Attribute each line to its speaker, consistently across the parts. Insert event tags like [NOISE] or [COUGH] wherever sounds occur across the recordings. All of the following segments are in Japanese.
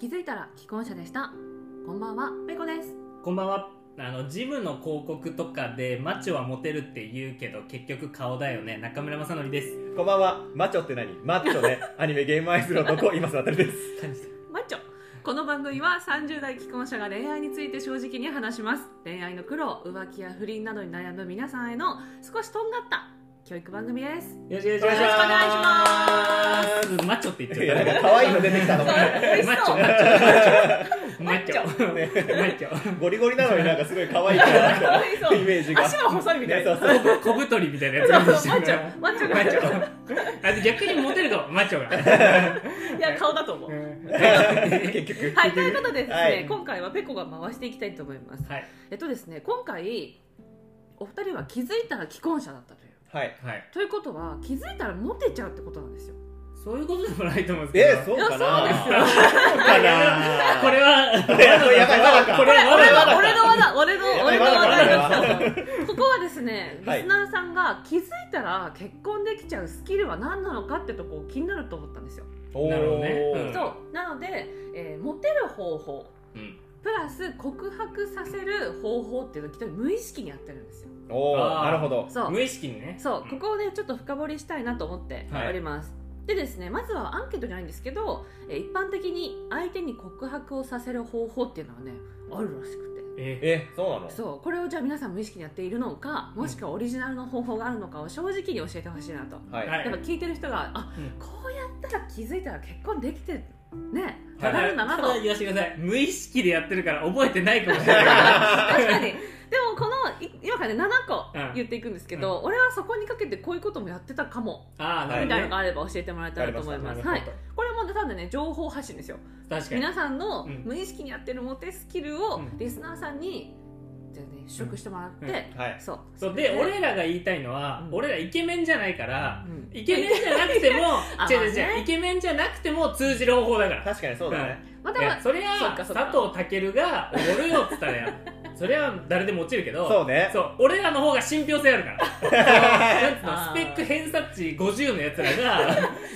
Speaker 1: 気づいたら既婚者でしたこんばんはペコです
Speaker 2: こんばんは。あの、ジムの広告とかで、マッチョはモテるって言うけど、結局顔だよね。中村正則です。
Speaker 3: こんばんは。マチョって何マッチ
Speaker 2: [LAUGHS]
Speaker 3: ョね。アニメゲームアイスの男、今す渡るです。
Speaker 2: 感じた。
Speaker 1: マッチョこの番組は30代既婚者が恋愛について正直に話します恋愛の苦労浮気や不倫などに悩む皆さんへの少しとんがった教育番組です
Speaker 2: よろしくお
Speaker 3: 願いします
Speaker 2: します。マッチョって言っ
Speaker 3: い
Speaker 2: ち
Speaker 3: や、
Speaker 2: ゃ
Speaker 3: な
Speaker 2: っ
Speaker 3: んか可愛いの出てきたのもね。
Speaker 1: 美味しそう
Speaker 2: た。マッチョ、マッチョ、マ
Speaker 1: マッ
Speaker 2: ッ
Speaker 1: チ
Speaker 2: チ
Speaker 1: ョ
Speaker 2: ョ。マッチョ。
Speaker 3: ゴリゴリなのになんかすごい可愛いから
Speaker 1: 可愛そう
Speaker 3: イメージが。
Speaker 1: 足も細いみたいな
Speaker 3: ねそうそう
Speaker 2: 小太りみたいな
Speaker 1: そう
Speaker 2: やつ
Speaker 1: そうマッチョマッチョ
Speaker 2: マッチ
Speaker 1: が
Speaker 2: ョ。あと逆にモテるかも、マッチョが。
Speaker 1: いや顔だと思う
Speaker 3: 結局。
Speaker 1: はい、ということでですね、
Speaker 3: はい
Speaker 1: 今回はペコが回していきたいと思います。
Speaker 2: はい。
Speaker 1: えっとですね、今回お二人は気づいたら既婚者だったという。
Speaker 3: はい。
Speaker 2: はい。
Speaker 1: ということは気づいたらモテちゃうってことなんですよ。
Speaker 2: そういうことでもないと思うんですけど。
Speaker 3: え、そうかない
Speaker 1: やそう
Speaker 3: ですよ。そうかな
Speaker 2: これは、
Speaker 3: いややばいわなか
Speaker 2: これはわ
Speaker 1: 俺
Speaker 2: なかっ
Speaker 1: の俺の話題、俺の
Speaker 3: やば
Speaker 1: 俺
Speaker 3: い
Speaker 1: の
Speaker 3: わな
Speaker 1: 話
Speaker 3: か
Speaker 1: 題
Speaker 3: っ
Speaker 1: だ
Speaker 3: たわなかっ
Speaker 1: ここはですね、
Speaker 3: はい
Speaker 1: リスナーさんが気づいたら結婚できちゃうスキルは何なのかってとこ気になると思ったんですよ。
Speaker 3: たお
Speaker 2: なるほどね
Speaker 3: ー
Speaker 2: うん
Speaker 1: そう、なので、えーモテる方法
Speaker 2: うん
Speaker 1: プラス告白させる方法っていうのをきっと無意識にやってるんですよ。
Speaker 3: お
Speaker 2: あ
Speaker 3: ー、
Speaker 2: ー
Speaker 3: なるほど。
Speaker 1: そう。
Speaker 2: 無意識にね。
Speaker 1: そう、
Speaker 2: ん
Speaker 1: ここをねちょっと深掘りしたいなと思っております、でですねまずはアンケートじゃないんですけどえー一般的に相手に告白をさせる方法っていうのはねあるらしくて
Speaker 2: え、
Speaker 3: え、そうなの
Speaker 1: そうこれをじゃあ皆さん無意識にやっているのかもしくはオリジナルの方法があるのかを正直に教えてほしいなと
Speaker 3: はい。
Speaker 2: は
Speaker 1: やっぱ聞いてる人があ、
Speaker 2: うん
Speaker 1: こうやったら気づいたら結婚できてね
Speaker 2: た
Speaker 1: な
Speaker 2: だ
Speaker 1: るんだなと
Speaker 2: ただ言わせてください無意識でやってるから覚えてないかもしれない
Speaker 1: 確かにでもこのい今からね7
Speaker 2: うん
Speaker 1: 個言っていくんですけど、俺はそこにかけてこういうこともやってたかも
Speaker 2: [LAUGHS] ああな
Speaker 1: み
Speaker 2: る
Speaker 1: た
Speaker 2: ほど
Speaker 1: いな
Speaker 2: ね
Speaker 1: のがあれば教えてもらえたらと思います。
Speaker 2: な
Speaker 1: は
Speaker 2: る
Speaker 1: い
Speaker 2: ほど、
Speaker 1: これもねただね情報発信ですよ。
Speaker 2: 確かに
Speaker 1: 皆さんの
Speaker 2: うん
Speaker 1: 無意識にやってるモテスキルを
Speaker 2: うん
Speaker 1: リスナーさんにじゃあね試食してもらって、
Speaker 3: はい。
Speaker 1: そう。
Speaker 2: そうで俺らが言いたいのは、
Speaker 1: うん
Speaker 2: 俺らイケメンじゃないから
Speaker 1: うん
Speaker 2: イケメンじゃなくて
Speaker 1: [LAUGHS] あ
Speaker 2: も違
Speaker 1: まあ
Speaker 2: う違う違う
Speaker 1: ね
Speaker 2: イケメンじゃなくても通じる方法だから
Speaker 3: 確かにそうだね。
Speaker 1: また
Speaker 2: い
Speaker 1: は
Speaker 2: やそり
Speaker 1: そっ
Speaker 2: ゃ
Speaker 1: かそっか
Speaker 2: 佐藤健が「おごるよ」っつったらやそれは誰でも落ちるけど
Speaker 3: そうね。
Speaker 2: そう俺らの方が信憑性あるか
Speaker 1: [LAUGHS]
Speaker 2: らそうなんつうの
Speaker 1: あー
Speaker 2: スペック偏差値50のやつらが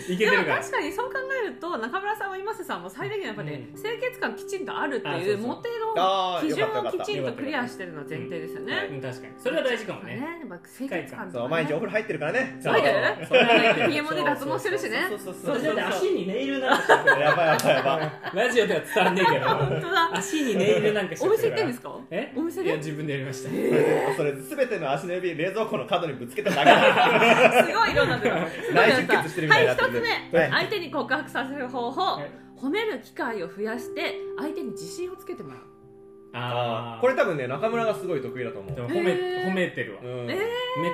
Speaker 2: いけ
Speaker 1: で
Speaker 2: て
Speaker 1: も
Speaker 2: るから
Speaker 1: 確かにそう考えると中村さんは今瀬さんも最大限やっぱね、
Speaker 2: う
Speaker 1: 清潔感きちんとあるって
Speaker 2: あそう
Speaker 1: い
Speaker 2: そうう
Speaker 1: モテ
Speaker 3: あ
Speaker 1: の
Speaker 3: ー
Speaker 1: 基
Speaker 3: よかっ
Speaker 1: 準を
Speaker 3: たよかった
Speaker 1: きちんとクリアしてるのは前提ですよね。
Speaker 2: うん確かにそれは大事かもね
Speaker 1: やっぱ清潔感と
Speaker 3: そう、
Speaker 1: かね
Speaker 3: 毎日お風呂入ってるからね。
Speaker 2: そう
Speaker 1: 入ってる
Speaker 2: [LAUGHS] そう
Speaker 1: ひげもね脱毛してるしね
Speaker 3: そうそうそ
Speaker 2: そうれ
Speaker 3: そう。
Speaker 2: で足にネイルなん
Speaker 3: やばいやばいやばい。
Speaker 2: ラジオでは伝わんねえけ
Speaker 1: 本
Speaker 2: ど
Speaker 1: 当だ。
Speaker 2: 足にネイルなんかしちゃ
Speaker 1: お
Speaker 2: って
Speaker 1: 店行っ
Speaker 2: るか
Speaker 1: て
Speaker 2: ら
Speaker 1: んですか？
Speaker 2: え
Speaker 1: お店
Speaker 2: いや
Speaker 1: で？
Speaker 2: 自分でやりました
Speaker 3: それすべての足の指冷蔵庫の角にぶつけただけだ
Speaker 1: すごい色なんだよ。
Speaker 3: 内出血してるみたいになって
Speaker 1: はい、
Speaker 3: る
Speaker 1: 一つ目、
Speaker 3: はい
Speaker 1: 相手に告白させる方法、
Speaker 2: はい
Speaker 1: 褒める機会を増やして相手に自信をつけてもらう。
Speaker 3: あ
Speaker 2: ああ
Speaker 3: ーこれ多分ね中村がすごい得意だと思
Speaker 2: で
Speaker 3: う、
Speaker 2: も褒め
Speaker 1: へー
Speaker 2: 褒めてるわ
Speaker 3: うん
Speaker 1: え
Speaker 2: め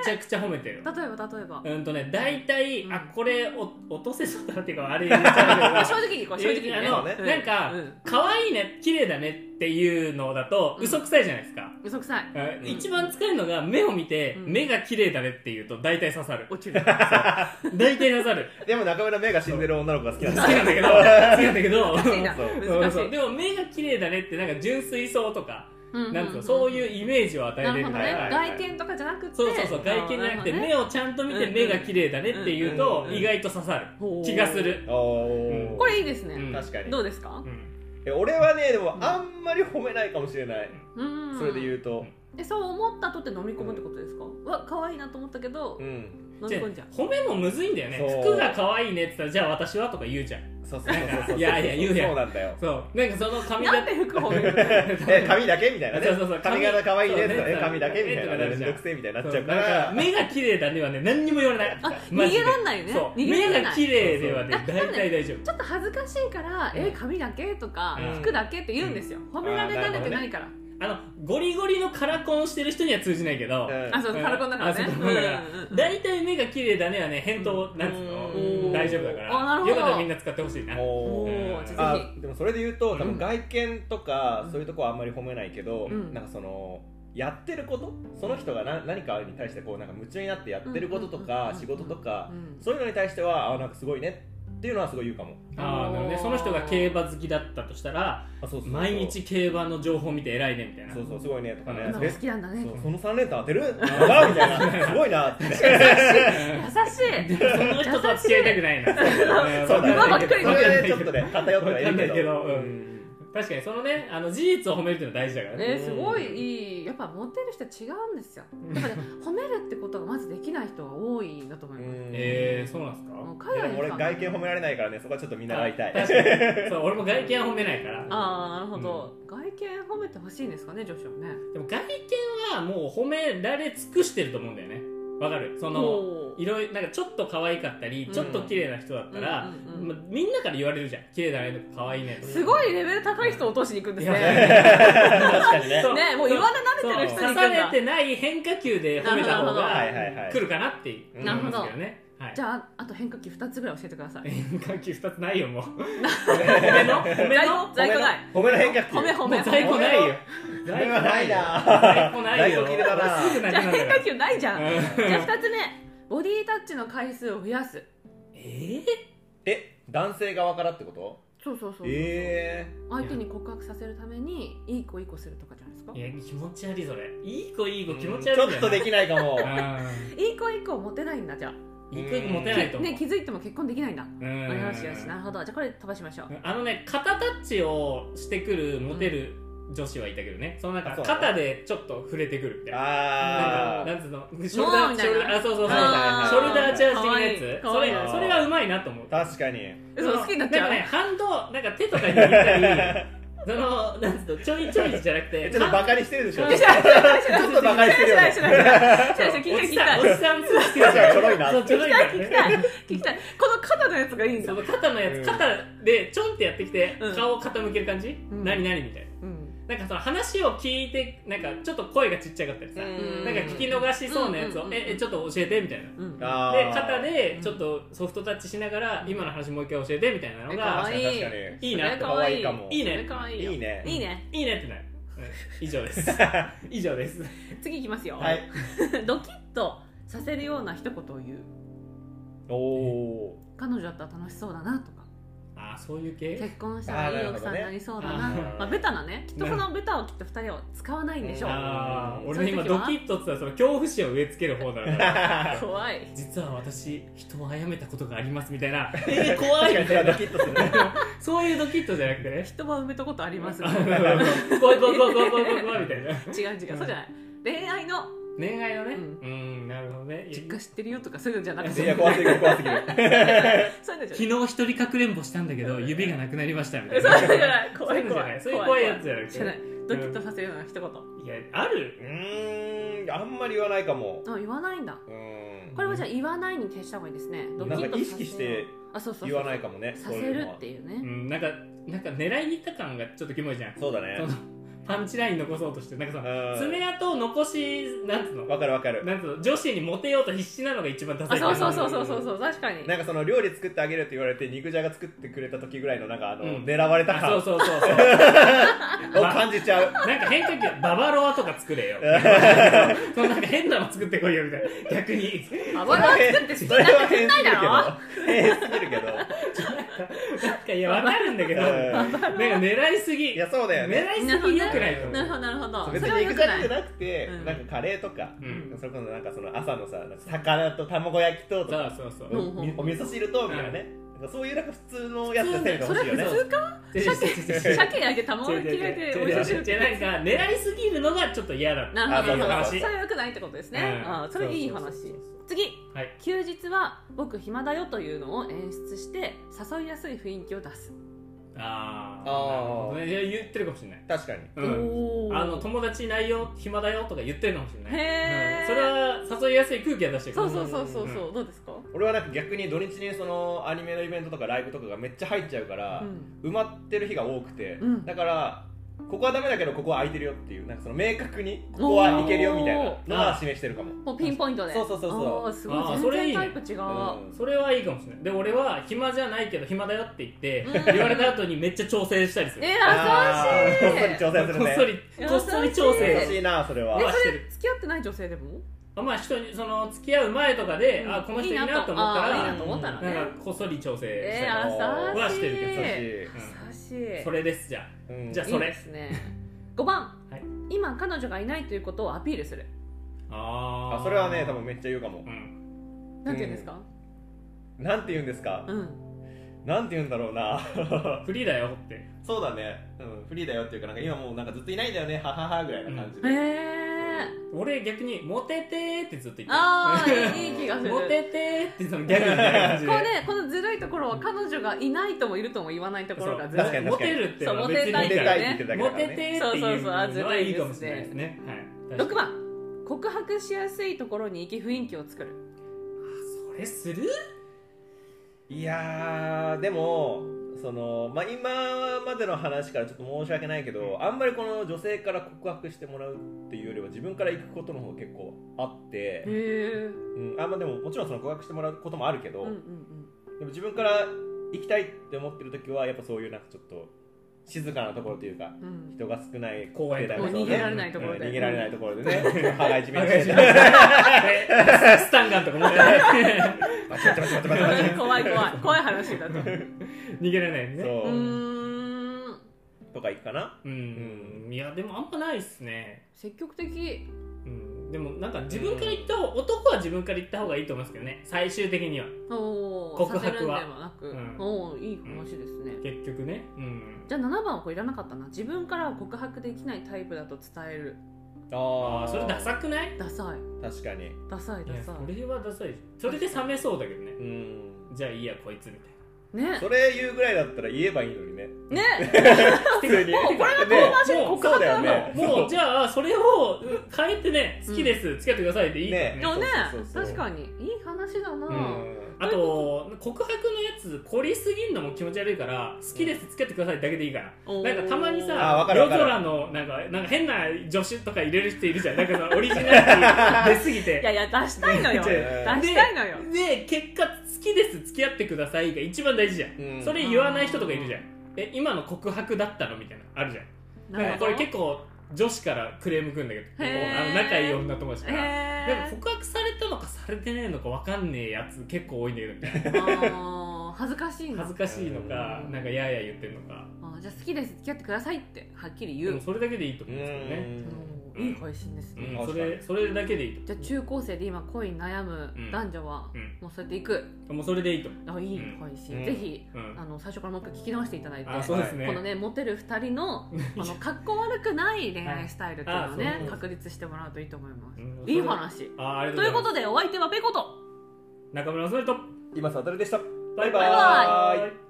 Speaker 2: ちゃくちゃ褒めてる
Speaker 1: 例えば例えば。
Speaker 2: うんとね大体
Speaker 1: うん
Speaker 2: あこれお落とせそうだなっていうかあれ言っちゃう
Speaker 1: 正直にこう正直に
Speaker 2: けどあ
Speaker 1: ね。
Speaker 2: の
Speaker 3: そう
Speaker 1: ね
Speaker 2: なんか
Speaker 1: うん
Speaker 2: 可愛いね綺麗だねっていうのだと
Speaker 1: うん
Speaker 2: 嘘くさいじゃないですか
Speaker 1: 嘘くさい。
Speaker 2: うん一番使えるのが目を見て
Speaker 1: うん
Speaker 2: 目が綺麗だねっていうと大体刺さる
Speaker 1: 落ちる。
Speaker 2: 大体刺さる
Speaker 3: でも中村目が死んでる女の子が好きな
Speaker 2: 好
Speaker 3: ん
Speaker 2: き
Speaker 3: だ
Speaker 2: なんだけど好きなんだけど
Speaker 1: 難しいな。
Speaker 3: そう
Speaker 1: 難し
Speaker 2: そ
Speaker 1: い
Speaker 2: うそう。でも目が綺麗だねってなんか純粋そうとか、
Speaker 1: うん
Speaker 2: なんつうのそういうイメージを与え
Speaker 1: な
Speaker 2: れ
Speaker 1: る
Speaker 2: る
Speaker 1: ほど
Speaker 2: から、
Speaker 1: ね、
Speaker 3: はいはい
Speaker 1: 外見とかじゃなくて。
Speaker 2: そうそうそう外見じゃなくて
Speaker 1: あーる
Speaker 2: 目をちゃんと見て
Speaker 1: うん
Speaker 2: 目が綺麗だねっていう
Speaker 3: うん
Speaker 2: と
Speaker 3: うんうん
Speaker 2: 意外と刺さる
Speaker 1: ほどね
Speaker 2: 気がす。る、
Speaker 3: [LAUGHS] おー
Speaker 2: うん
Speaker 1: これいいですね。
Speaker 2: うん
Speaker 3: 確かに
Speaker 1: どうですか？
Speaker 2: うん
Speaker 3: え俺はねでも
Speaker 1: うん
Speaker 3: あんまり褒めないかもしれない、
Speaker 1: うん。
Speaker 3: それで言うと
Speaker 1: えそう思ったとって飲み込むってことですか？うわ可愛いなと思ったけど
Speaker 3: うん、
Speaker 1: 飲み
Speaker 2: じゃあ
Speaker 1: 込んじゃう。
Speaker 2: 褒めもむずいんだよね
Speaker 3: そう
Speaker 2: 服が可愛いねって言ったらじゃあ私はとか言うじゃん
Speaker 3: そうそうそうそうそう
Speaker 2: いやいや言うやん
Speaker 3: そうなんだよ
Speaker 2: そうなんかその髪
Speaker 1: なん
Speaker 2: 型
Speaker 1: で [LAUGHS] 服褒める
Speaker 2: [LAUGHS]
Speaker 1: の？
Speaker 3: え髪だけみたいなね
Speaker 2: そうそうそう
Speaker 3: 髪型可愛いねと
Speaker 2: そ
Speaker 3: か
Speaker 2: うね
Speaker 3: え髪だけみたいな
Speaker 2: そうねと
Speaker 3: ねめ
Speaker 2: かな
Speaker 3: ん
Speaker 2: るじゃん
Speaker 3: どくせえみたいになっちゃ
Speaker 2: そう
Speaker 3: うか
Speaker 2: なんから目が綺麗だねはね何にも言われない
Speaker 1: あ
Speaker 2: マ
Speaker 1: 逃
Speaker 2: ジ
Speaker 1: げ
Speaker 2: で
Speaker 1: らんないよね。
Speaker 2: そう
Speaker 1: 逃げら
Speaker 2: 目
Speaker 1: んな
Speaker 2: が
Speaker 1: い。
Speaker 2: 綺麗ではね
Speaker 1: そうそう
Speaker 2: 大体大丈夫
Speaker 1: ちょっと恥ずかしいから、
Speaker 2: うん
Speaker 1: え髪だけとか、
Speaker 2: うん
Speaker 1: 服だけって言うんですよ、褒められ慣れてないから、
Speaker 2: あのゴリゴリのカラコンしてる人には通じないけど、
Speaker 3: うん
Speaker 1: あそうカラコンだからね
Speaker 2: あそうカラコンだから
Speaker 1: うんうんうん
Speaker 2: 大体目が綺麗だねはね返答、なんつう
Speaker 3: う
Speaker 2: の
Speaker 3: ん
Speaker 2: 大丈夫だか
Speaker 1: あなる
Speaker 2: ら
Speaker 1: ほど
Speaker 2: よかったらみんな使ってほしいな
Speaker 3: お
Speaker 1: お
Speaker 3: ー
Speaker 1: ーじゃあぜ
Speaker 3: あでもそれで言うと多
Speaker 2: うん
Speaker 3: 分外見とか、
Speaker 1: うん
Speaker 3: そういうとこはあんまり褒めないけど、
Speaker 1: うん
Speaker 3: なんかそのやってることその人がな何かに対してこうなんか夢中になってやってることと
Speaker 1: うんうんうん
Speaker 3: か
Speaker 1: うん
Speaker 3: 仕事とか
Speaker 1: うん
Speaker 3: そういうのに対してはあなんかすごいねっっていうのはすごい言うかも
Speaker 2: ああなるほどねその人が競馬好きだったとしたら
Speaker 3: あそうそうそう
Speaker 2: 毎日競馬の情報見て偉いねみたいな
Speaker 3: そうそうすごいねとかね
Speaker 2: うん
Speaker 1: 今
Speaker 3: え
Speaker 1: 好きなんだね
Speaker 3: そうその3連単当てるやばみたいなすごいなって
Speaker 1: 優
Speaker 2: で
Speaker 1: しい
Speaker 2: その人とは付き合いたくないな
Speaker 3: そうだね
Speaker 1: 馬ばっかり
Speaker 3: そ
Speaker 1: 見て
Speaker 3: れでちょっとね偏って
Speaker 2: わ
Speaker 3: はい
Speaker 2: かんない
Speaker 3: るけ
Speaker 2: け
Speaker 3: ど
Speaker 2: ど、うん、 [LAUGHS] 確かにそのねあの事実を褒めるっていうのは大事だからね
Speaker 1: ね、すごいいいやっぱモテる人は違うんですよやっぱね褒めるってことがまずできない人が多いんだと思います、
Speaker 2: えー、そうなんですか
Speaker 1: もう海
Speaker 3: で
Speaker 1: 外
Speaker 3: も
Speaker 1: の
Speaker 3: 俺
Speaker 1: 人は
Speaker 3: 外見褒められないからねそこはちょっと見習いたい
Speaker 2: あ確かにそう俺も外見は褒めないから
Speaker 1: ああなるほど、外見褒めてほしいんですかね女子はね
Speaker 2: でも外見はもう褒められ尽くしてると思うんだよねわかるその
Speaker 1: おー
Speaker 2: いろいろなんかちょっと可愛かったり、
Speaker 1: うん
Speaker 2: ちょっと綺麗な人だったら、
Speaker 1: うんうんうん
Speaker 2: まみんなから言われるじゃん綺麗だねとか可愛いねとか
Speaker 1: すごいレベル高い人を落としに行くんです
Speaker 2: いやい
Speaker 1: ね
Speaker 3: 確かにね
Speaker 2: そう
Speaker 1: ねもう言われ慣れてる人
Speaker 2: そう
Speaker 1: に行く
Speaker 2: 刺さ
Speaker 1: んだ
Speaker 2: れてない変化球で褒めた方
Speaker 3: はいは
Speaker 2: が
Speaker 3: いはい
Speaker 2: 来るかなっていう
Speaker 3: なるほ
Speaker 1: ど
Speaker 2: 思いますけどね、はい
Speaker 1: じゃああと変化球2つぐらい教えてください
Speaker 2: 変化球2つないよもう褒めの褒めの
Speaker 1: 在庫ない
Speaker 3: 褒めの変化球
Speaker 1: 褒め褒め
Speaker 2: もう在庫ないよ
Speaker 3: 褒めはない
Speaker 2: 在
Speaker 3: な
Speaker 2: 庫ないよ
Speaker 3: 在庫切れだな
Speaker 2: もうすぐなく
Speaker 1: じゃあ
Speaker 2: なる
Speaker 1: 変
Speaker 2: から
Speaker 1: 化球ないじゃん
Speaker 2: うん
Speaker 1: じゃあ2つ目ボディタッチの回数を増やす
Speaker 2: え
Speaker 3: え男性側からってこと
Speaker 1: そうそうそう、
Speaker 3: え
Speaker 1: 相手に告白させるためにいい子いい子するとかじゃないですか
Speaker 2: ー、いや気持ち悪いそれいい子いい
Speaker 3: え
Speaker 2: 子気持ち
Speaker 3: ち
Speaker 2: 悪い
Speaker 3: ょっとで
Speaker 2: き
Speaker 3: きないかも
Speaker 1: いい子いい子をモテないんだじゃあ
Speaker 2: いい子いい子モテないと思う、
Speaker 1: ね気づいても結婚できないんだ
Speaker 2: うん
Speaker 1: よしよしなるほどじゃあこれ飛ばしましょう
Speaker 2: あのね肩タッチをしてくるモテる女子はいたけどねそのなん
Speaker 3: あ
Speaker 2: か
Speaker 3: そう
Speaker 2: 肩でちょっと触れてくるみたいななんか
Speaker 3: あ
Speaker 2: なんつうのショルダー
Speaker 1: み
Speaker 2: シ
Speaker 1: たいな
Speaker 2: ョルダーあそうそうそうシ
Speaker 1: あ
Speaker 3: ー
Speaker 2: ョルダーチャージ的なやつ
Speaker 1: か
Speaker 2: そ
Speaker 1: わいいか
Speaker 2: れ
Speaker 1: わ
Speaker 3: いい
Speaker 2: それがうまいなと思う
Speaker 3: ー確かに
Speaker 1: 嘘
Speaker 2: の
Speaker 1: 好きになっちゃう
Speaker 2: な
Speaker 1: [LAUGHS]
Speaker 2: んかねハンドなんか手とかに握った
Speaker 3: [LAUGHS]
Speaker 2: りそのなんつうのちょいちょいじゃなくて
Speaker 3: ちょっとバカにしてるでしょ
Speaker 2: うん
Speaker 1: でしょ
Speaker 3: ちょっとバカにしてるよね
Speaker 1: しない [LAUGHS] しないしないしない聞
Speaker 2: お
Speaker 1: き
Speaker 2: じ
Speaker 1: た
Speaker 2: さ
Speaker 1: い
Speaker 2: んおじ
Speaker 3: [LAUGHS]
Speaker 2: さん好き
Speaker 3: 確かにちょろいな
Speaker 2: そうちょろいからね
Speaker 1: 聞きたい聞きたいこの肩のやつがいいんだ
Speaker 2: その肩のや
Speaker 3: うん
Speaker 2: つ肩でちょんってやってきて
Speaker 1: うん
Speaker 2: 顔を傾ける感じ
Speaker 1: うん
Speaker 2: 何何みたい
Speaker 1: うん
Speaker 2: ななんかその話を聞いてなんかちょっと声がちっちゃかったりさなんか
Speaker 1: ん
Speaker 2: 聞き逃しそうなやつ
Speaker 1: う
Speaker 2: を
Speaker 1: ん
Speaker 2: ええちょっと教えてみたいな
Speaker 1: うん
Speaker 3: あー
Speaker 2: で肩でちょっとソフトタッチしながら、今の話もう一回教えてみたいなの
Speaker 1: えかわ
Speaker 2: が
Speaker 1: い
Speaker 3: 確かに確かに
Speaker 2: いいなって
Speaker 1: かわいい
Speaker 3: かわいいかも
Speaker 2: いい
Speaker 1: それ
Speaker 2: ね
Speaker 1: かわいいよ
Speaker 3: いいね
Speaker 1: いいね
Speaker 2: いいねってなる、うん以上です [LAUGHS] 以上です
Speaker 1: 次いきますよ
Speaker 3: はい
Speaker 1: [LAUGHS] ドキッとさせるような一言を言う
Speaker 3: おお
Speaker 1: 彼女だったら楽しそうだなとか
Speaker 2: ああそういう系
Speaker 1: 結婚したらいい奥さんになりそうだな
Speaker 2: あーなるほどね
Speaker 1: まあ、ベタなねきっとそのベタをきっと2人は使わないんでしょ
Speaker 3: うん
Speaker 1: う
Speaker 2: ああ
Speaker 3: そう
Speaker 2: 俺ね今
Speaker 1: そういう時
Speaker 2: ド
Speaker 1: は
Speaker 2: キッとって言ったらその恐怖心を植え付ける方だから
Speaker 1: 怖い
Speaker 2: [LAUGHS] 実は私人を殺めたことがありますみたいなえー、怖いみた
Speaker 3: それ
Speaker 2: い
Speaker 3: はド
Speaker 2: な
Speaker 3: キッとするね
Speaker 2: そういうドキッとじゃなくてね
Speaker 1: 人は埋めたことあり
Speaker 2: [LAUGHS]
Speaker 1: ます違う
Speaker 2: 怖い怖い怖い怖い怖い怖い怖いみたいな
Speaker 1: 違うそうじゃない恋愛の
Speaker 2: 恋愛のね
Speaker 1: う
Speaker 2: うんんなるほどね
Speaker 1: 実家知ってるよとかそういうのじゃなくて
Speaker 3: いや怖すぎる怖すぎる
Speaker 1: そういうのじゃない
Speaker 2: 昨日一人かくれんぼしたんだけど指がなくなりましたみた
Speaker 1: そう
Speaker 2: い
Speaker 1: じゃ
Speaker 2: な
Speaker 1: ない怖い怖い
Speaker 2: そういうのじゃないそういう怖いやつじゃなくて
Speaker 1: じゃないドキッとさせるような一言
Speaker 2: いやある
Speaker 3: うーんあんまり言わないかも
Speaker 1: あ言わないんだ
Speaker 3: うーん
Speaker 1: これはじゃあ言わないに徹した方がいいですねドキ
Speaker 3: なん
Speaker 1: ッ
Speaker 3: か
Speaker 1: と
Speaker 3: 意識して
Speaker 1: あそうそうそう
Speaker 3: 言わないかもね
Speaker 1: さ
Speaker 3: そう
Speaker 1: せ
Speaker 3: いう
Speaker 1: る
Speaker 3: のは
Speaker 1: っていう
Speaker 2: う
Speaker 1: ね
Speaker 2: んなんかなんか狙いに行った感がちょっとキモいじゃん
Speaker 3: そうだね
Speaker 2: そのパンチライン残そうとしてなんかさ
Speaker 3: うん
Speaker 2: 爪痕を残しなんつうの
Speaker 3: わかるわかる
Speaker 2: なんつうの女子にモテようと必死なのが一番ダサ
Speaker 1: あ
Speaker 2: い
Speaker 1: そうそうそうそうそうそう確かに
Speaker 3: [LAUGHS] なんかその料理作ってあげるって言われて肉じゃが作ってくれた時ぐらいのなんかあの、
Speaker 2: うん
Speaker 3: 狙われた
Speaker 2: あそ
Speaker 3: 感
Speaker 2: う
Speaker 3: を
Speaker 2: そうそうそう
Speaker 1: [LAUGHS]
Speaker 3: 感じちゃう
Speaker 2: なんか変化球ババロアとか作れよそのなんか変なの作ってこいよみたいな逆に
Speaker 1: あわざわざ作って好き
Speaker 3: そ
Speaker 1: に
Speaker 3: れ
Speaker 1: な
Speaker 3: は
Speaker 1: ってくん
Speaker 3: 変す
Speaker 1: な
Speaker 3: ぎ
Speaker 1: いだ
Speaker 3: るけ
Speaker 1: ろ
Speaker 3: ど [LAUGHS] 変すぎるけど
Speaker 2: なんかいやわかるんだけど
Speaker 3: うん
Speaker 1: [LAUGHS]
Speaker 2: なんか狙いすぎ
Speaker 3: いやそうだよね
Speaker 2: 狙いすぎよくないと
Speaker 1: なるほ
Speaker 2: 思う
Speaker 1: どなるほど
Speaker 3: 別
Speaker 1: それ
Speaker 3: に
Speaker 1: は良
Speaker 3: 肉
Speaker 1: く
Speaker 3: じゃ
Speaker 1: な
Speaker 3: が
Speaker 1: い
Speaker 3: じゃなくて、
Speaker 1: うん
Speaker 3: なんかカレーとか、
Speaker 2: うん
Speaker 3: それこそなんかその朝のさなんか魚と卵焼きととか
Speaker 2: そうそう
Speaker 1: う
Speaker 2: そ
Speaker 1: ん
Speaker 2: う
Speaker 3: おお味噌汁とみたいなね、なんかそういうなんか普通のやつがせるか
Speaker 1: そ
Speaker 3: 欲
Speaker 1: れ
Speaker 3: しいよね
Speaker 1: 普通か
Speaker 2: 鮭
Speaker 1: 鮭焼いて卵焼き焼いてお味噌汁って
Speaker 2: なんか狙いすぎるのがちょっと嫌だ
Speaker 1: なるほどなるほ
Speaker 3: あ
Speaker 1: ど
Speaker 3: そうそ
Speaker 1: そ
Speaker 3: うそう
Speaker 1: れは良くないってことですね
Speaker 2: うん
Speaker 1: あそれいい話
Speaker 2: そうそうそう
Speaker 1: 次
Speaker 2: はい
Speaker 1: 休日は僕暇だよというのを演出して誘いやすい雰囲気を出す
Speaker 2: あ
Speaker 3: あー
Speaker 2: あなるほどねいや言ってるかもしれない、
Speaker 3: 確かに
Speaker 2: うん、
Speaker 1: おー
Speaker 2: あの友達いないよ暇だよとか言ってるかもしれない
Speaker 1: へー
Speaker 2: うんそれは誘いやすい空気は出してる
Speaker 1: そうそうそうそう
Speaker 2: うん
Speaker 1: そうどうですか
Speaker 3: 俺はなんか逆に土日にそのアニメのイベントとかライブとかがめっちゃ入っちゃうから、
Speaker 1: うん
Speaker 3: 埋まってる日が多くて、
Speaker 1: うん
Speaker 3: だからここはダメだけどここは空いてるよっていうなんかその明確にここはいけるよみたいなのは示してるかも、
Speaker 1: もうピンポイントで
Speaker 3: そうそうそうそう
Speaker 1: あーすごい
Speaker 2: あー
Speaker 1: 全
Speaker 2: それい
Speaker 1: 然
Speaker 2: いね
Speaker 1: タイプ違う
Speaker 3: うん
Speaker 2: それはいいかもしれないで俺は暇じゃないけど暇だよって言って、
Speaker 1: うん
Speaker 2: 言われた後にめっちゃ調整したりする
Speaker 1: え
Speaker 3: あーこっ
Speaker 1: ー優
Speaker 3: そり
Speaker 1: しい
Speaker 3: 挑戦する
Speaker 2: こっ
Speaker 3: ね
Speaker 2: そりこっそり調
Speaker 1: 優
Speaker 2: 整
Speaker 3: 優しいなそれは
Speaker 1: え
Speaker 2: はして
Speaker 1: それ
Speaker 2: る
Speaker 1: 付き合ってない女性でも
Speaker 2: まあ人にその付き合う前とかで、
Speaker 1: うん
Speaker 2: あこの人いいなと思ったら
Speaker 1: いい
Speaker 2: な
Speaker 1: なと思ったらね
Speaker 2: んかこっそり調整し
Speaker 1: え
Speaker 2: た
Speaker 1: ー、
Speaker 2: り
Speaker 3: ー
Speaker 1: 優しい
Speaker 2: はしてるけど
Speaker 3: 優
Speaker 2: うん
Speaker 1: 優しい
Speaker 2: それですじゃあ
Speaker 3: しい、うん
Speaker 2: じゃあ
Speaker 1: いいですね5番、
Speaker 2: はい
Speaker 1: 今彼女がいないということをアピールする
Speaker 2: あ
Speaker 3: あそれはね多分めっちゃ言うかも
Speaker 2: う、ん
Speaker 1: なんて言うんですか
Speaker 3: なんて言うんですか、
Speaker 1: うん、
Speaker 3: なんて言うんだろうな
Speaker 2: フリーだよって
Speaker 3: そうだね、うん、フリーだよっていうかなんか今もうなんかずっといないんだよねはははぐらいな感じで、
Speaker 1: え
Speaker 2: 俺逆にモテてーってずっと言って
Speaker 1: ー、
Speaker 2: る
Speaker 1: ああいい気がする
Speaker 2: [LAUGHS] モ
Speaker 1: こ
Speaker 2: テてーってそのギャグみたいな感じ
Speaker 1: う
Speaker 2: で
Speaker 1: ねこのずるいところは彼女がいないともいるとも言わないとこ
Speaker 2: そ
Speaker 1: ろ
Speaker 2: う
Speaker 1: がず
Speaker 3: 確
Speaker 1: る
Speaker 3: か
Speaker 1: い
Speaker 3: に
Speaker 2: モテるっていうのは
Speaker 1: そう
Speaker 2: 別にいい
Speaker 1: モテ
Speaker 2: か
Speaker 1: た
Speaker 2: ら
Speaker 1: い
Speaker 3: って言ってた
Speaker 2: モ
Speaker 3: からね
Speaker 2: テてーっていうのはいいかもしれないですねはい
Speaker 1: 6番告白しやすいところに行き雰囲気を作る
Speaker 2: それする
Speaker 3: いやーでもその、まあ、今までの話からちょっと申し訳ないけどあんまりこの女性から告白してもらうっていうよりは自分から行くことの方が結構あって
Speaker 1: へ、え
Speaker 3: うん、あまあでももちろんその告白してもらうこともあるけど、
Speaker 1: うんうんう
Speaker 3: で
Speaker 1: ん
Speaker 3: も自分から行きたいって思ってる時はやっぱそういうなんかちょっと静かなところというか
Speaker 1: うん
Speaker 3: 人が少ない
Speaker 2: 公園とか
Speaker 1: もう逃げられないところ
Speaker 3: うん逃
Speaker 1: で
Speaker 3: げられないところでね
Speaker 1: [LAUGHS]
Speaker 3: 歯がいじめにして
Speaker 2: スタンガンとか持ってない [LAUGHS]
Speaker 3: バチバチバチバチバチバチ
Speaker 1: うん怖い怖い怖い話だとう
Speaker 2: 逃げられないよね
Speaker 3: そう
Speaker 1: ーん
Speaker 3: とか行くかな
Speaker 2: うんいやでもあんまないっすね
Speaker 1: 積極的
Speaker 2: うんでもなんか自分から言った方男は自分から言った方がいいと思いますけどね最終的には
Speaker 1: お
Speaker 2: 告
Speaker 1: 告
Speaker 2: 白は
Speaker 1: 白ではなく、
Speaker 2: うん
Speaker 1: おーいい話ですね、
Speaker 2: 結局ねうん
Speaker 1: じゃあ7番はこれいらなかったな自分からは告白できないタイプだと伝える
Speaker 2: あ
Speaker 3: あ
Speaker 2: あそれダサくない
Speaker 1: ダサい
Speaker 3: 確かに
Speaker 1: ダサい
Speaker 2: いや
Speaker 1: ダサ
Speaker 2: それはダサいじゃんそれで冷めそうだけどね
Speaker 3: うん
Speaker 2: じゃあいいやこいつみた
Speaker 1: い
Speaker 2: い
Speaker 1: ね
Speaker 3: それ言うぐらいだったら言えばいいのにね
Speaker 1: ね
Speaker 3: 普通に
Speaker 1: もうこれが
Speaker 3: ね
Speaker 1: 遠回しに告
Speaker 3: そう
Speaker 1: 白
Speaker 3: だよ
Speaker 1: なの、
Speaker 3: ね
Speaker 2: なもうじゃあそれをうん変えてね好きです、付き合ってくださいでいいからね
Speaker 3: ね
Speaker 1: でもね
Speaker 3: そうそうそうそう
Speaker 1: 確かにいい話だな、
Speaker 3: うん
Speaker 2: あと告白のやつ凝りすぎんのも気持ち悪いから好きです付き合ってくださいだけでいいから
Speaker 1: おー
Speaker 2: なんかたまに
Speaker 3: あー
Speaker 2: さ
Speaker 3: わかる
Speaker 2: 夜
Speaker 3: わかる
Speaker 2: 空のなんかなんか変な助手とか入れる人いるじゃんなんかそのオリジナリティ出すぎ
Speaker 1: いや
Speaker 2: て
Speaker 1: いや出したいのよ
Speaker 2: 違
Speaker 1: 出
Speaker 2: う
Speaker 1: したいのよ
Speaker 2: で結果好きです付き合ってくださいが一番大事じゃん、
Speaker 3: うん
Speaker 2: それ言わない人とかいるじゃんえ今の告白だったのみたいなのあるじゃんだからこれ結構女子からクレームくんだけど
Speaker 1: へー
Speaker 2: あの仲いい女友達から、
Speaker 1: へ
Speaker 2: でも告白されたのかされてねえのかわかんねえやつ結構多いんだけど
Speaker 1: えー、恥ずかしいな
Speaker 2: 恥ずかしいのか
Speaker 1: うん
Speaker 2: なんかやーやー言ってるのか
Speaker 1: あーじゃあ好きです付き合ってくださいってはっきり
Speaker 2: で
Speaker 1: 言う
Speaker 2: も、それだけでいいと思うんですよね
Speaker 1: おーいい配信ですね、
Speaker 2: うん
Speaker 3: うん
Speaker 2: それそれだけでいいと
Speaker 1: じゃあ中高生で今恋に悩む男女は、
Speaker 2: うん
Speaker 1: もうそうやっていく
Speaker 2: 思うもうそれでいいと思
Speaker 1: あいい配信、
Speaker 3: うん
Speaker 1: ぜひ
Speaker 2: う、うん
Speaker 1: あの最初からもう一回聞き直していただいて
Speaker 2: あそうですね、
Speaker 1: このねモテる2人のあの格好悪くない恋愛スタイルっていうのをね、
Speaker 2: はいあそうそうそう
Speaker 1: 確立してもらうといいと思います、
Speaker 2: うん
Speaker 1: いい話
Speaker 2: [LAUGHS] あーありが
Speaker 1: と
Speaker 2: と
Speaker 1: いうう
Speaker 2: ご
Speaker 1: こ
Speaker 2: ざいま
Speaker 1: とでお相手はペコと
Speaker 2: す中村雅人
Speaker 3: 今さあたりでした
Speaker 2: バイ
Speaker 3: バイバ
Speaker 2: バ
Speaker 3: ーイ
Speaker 2: イ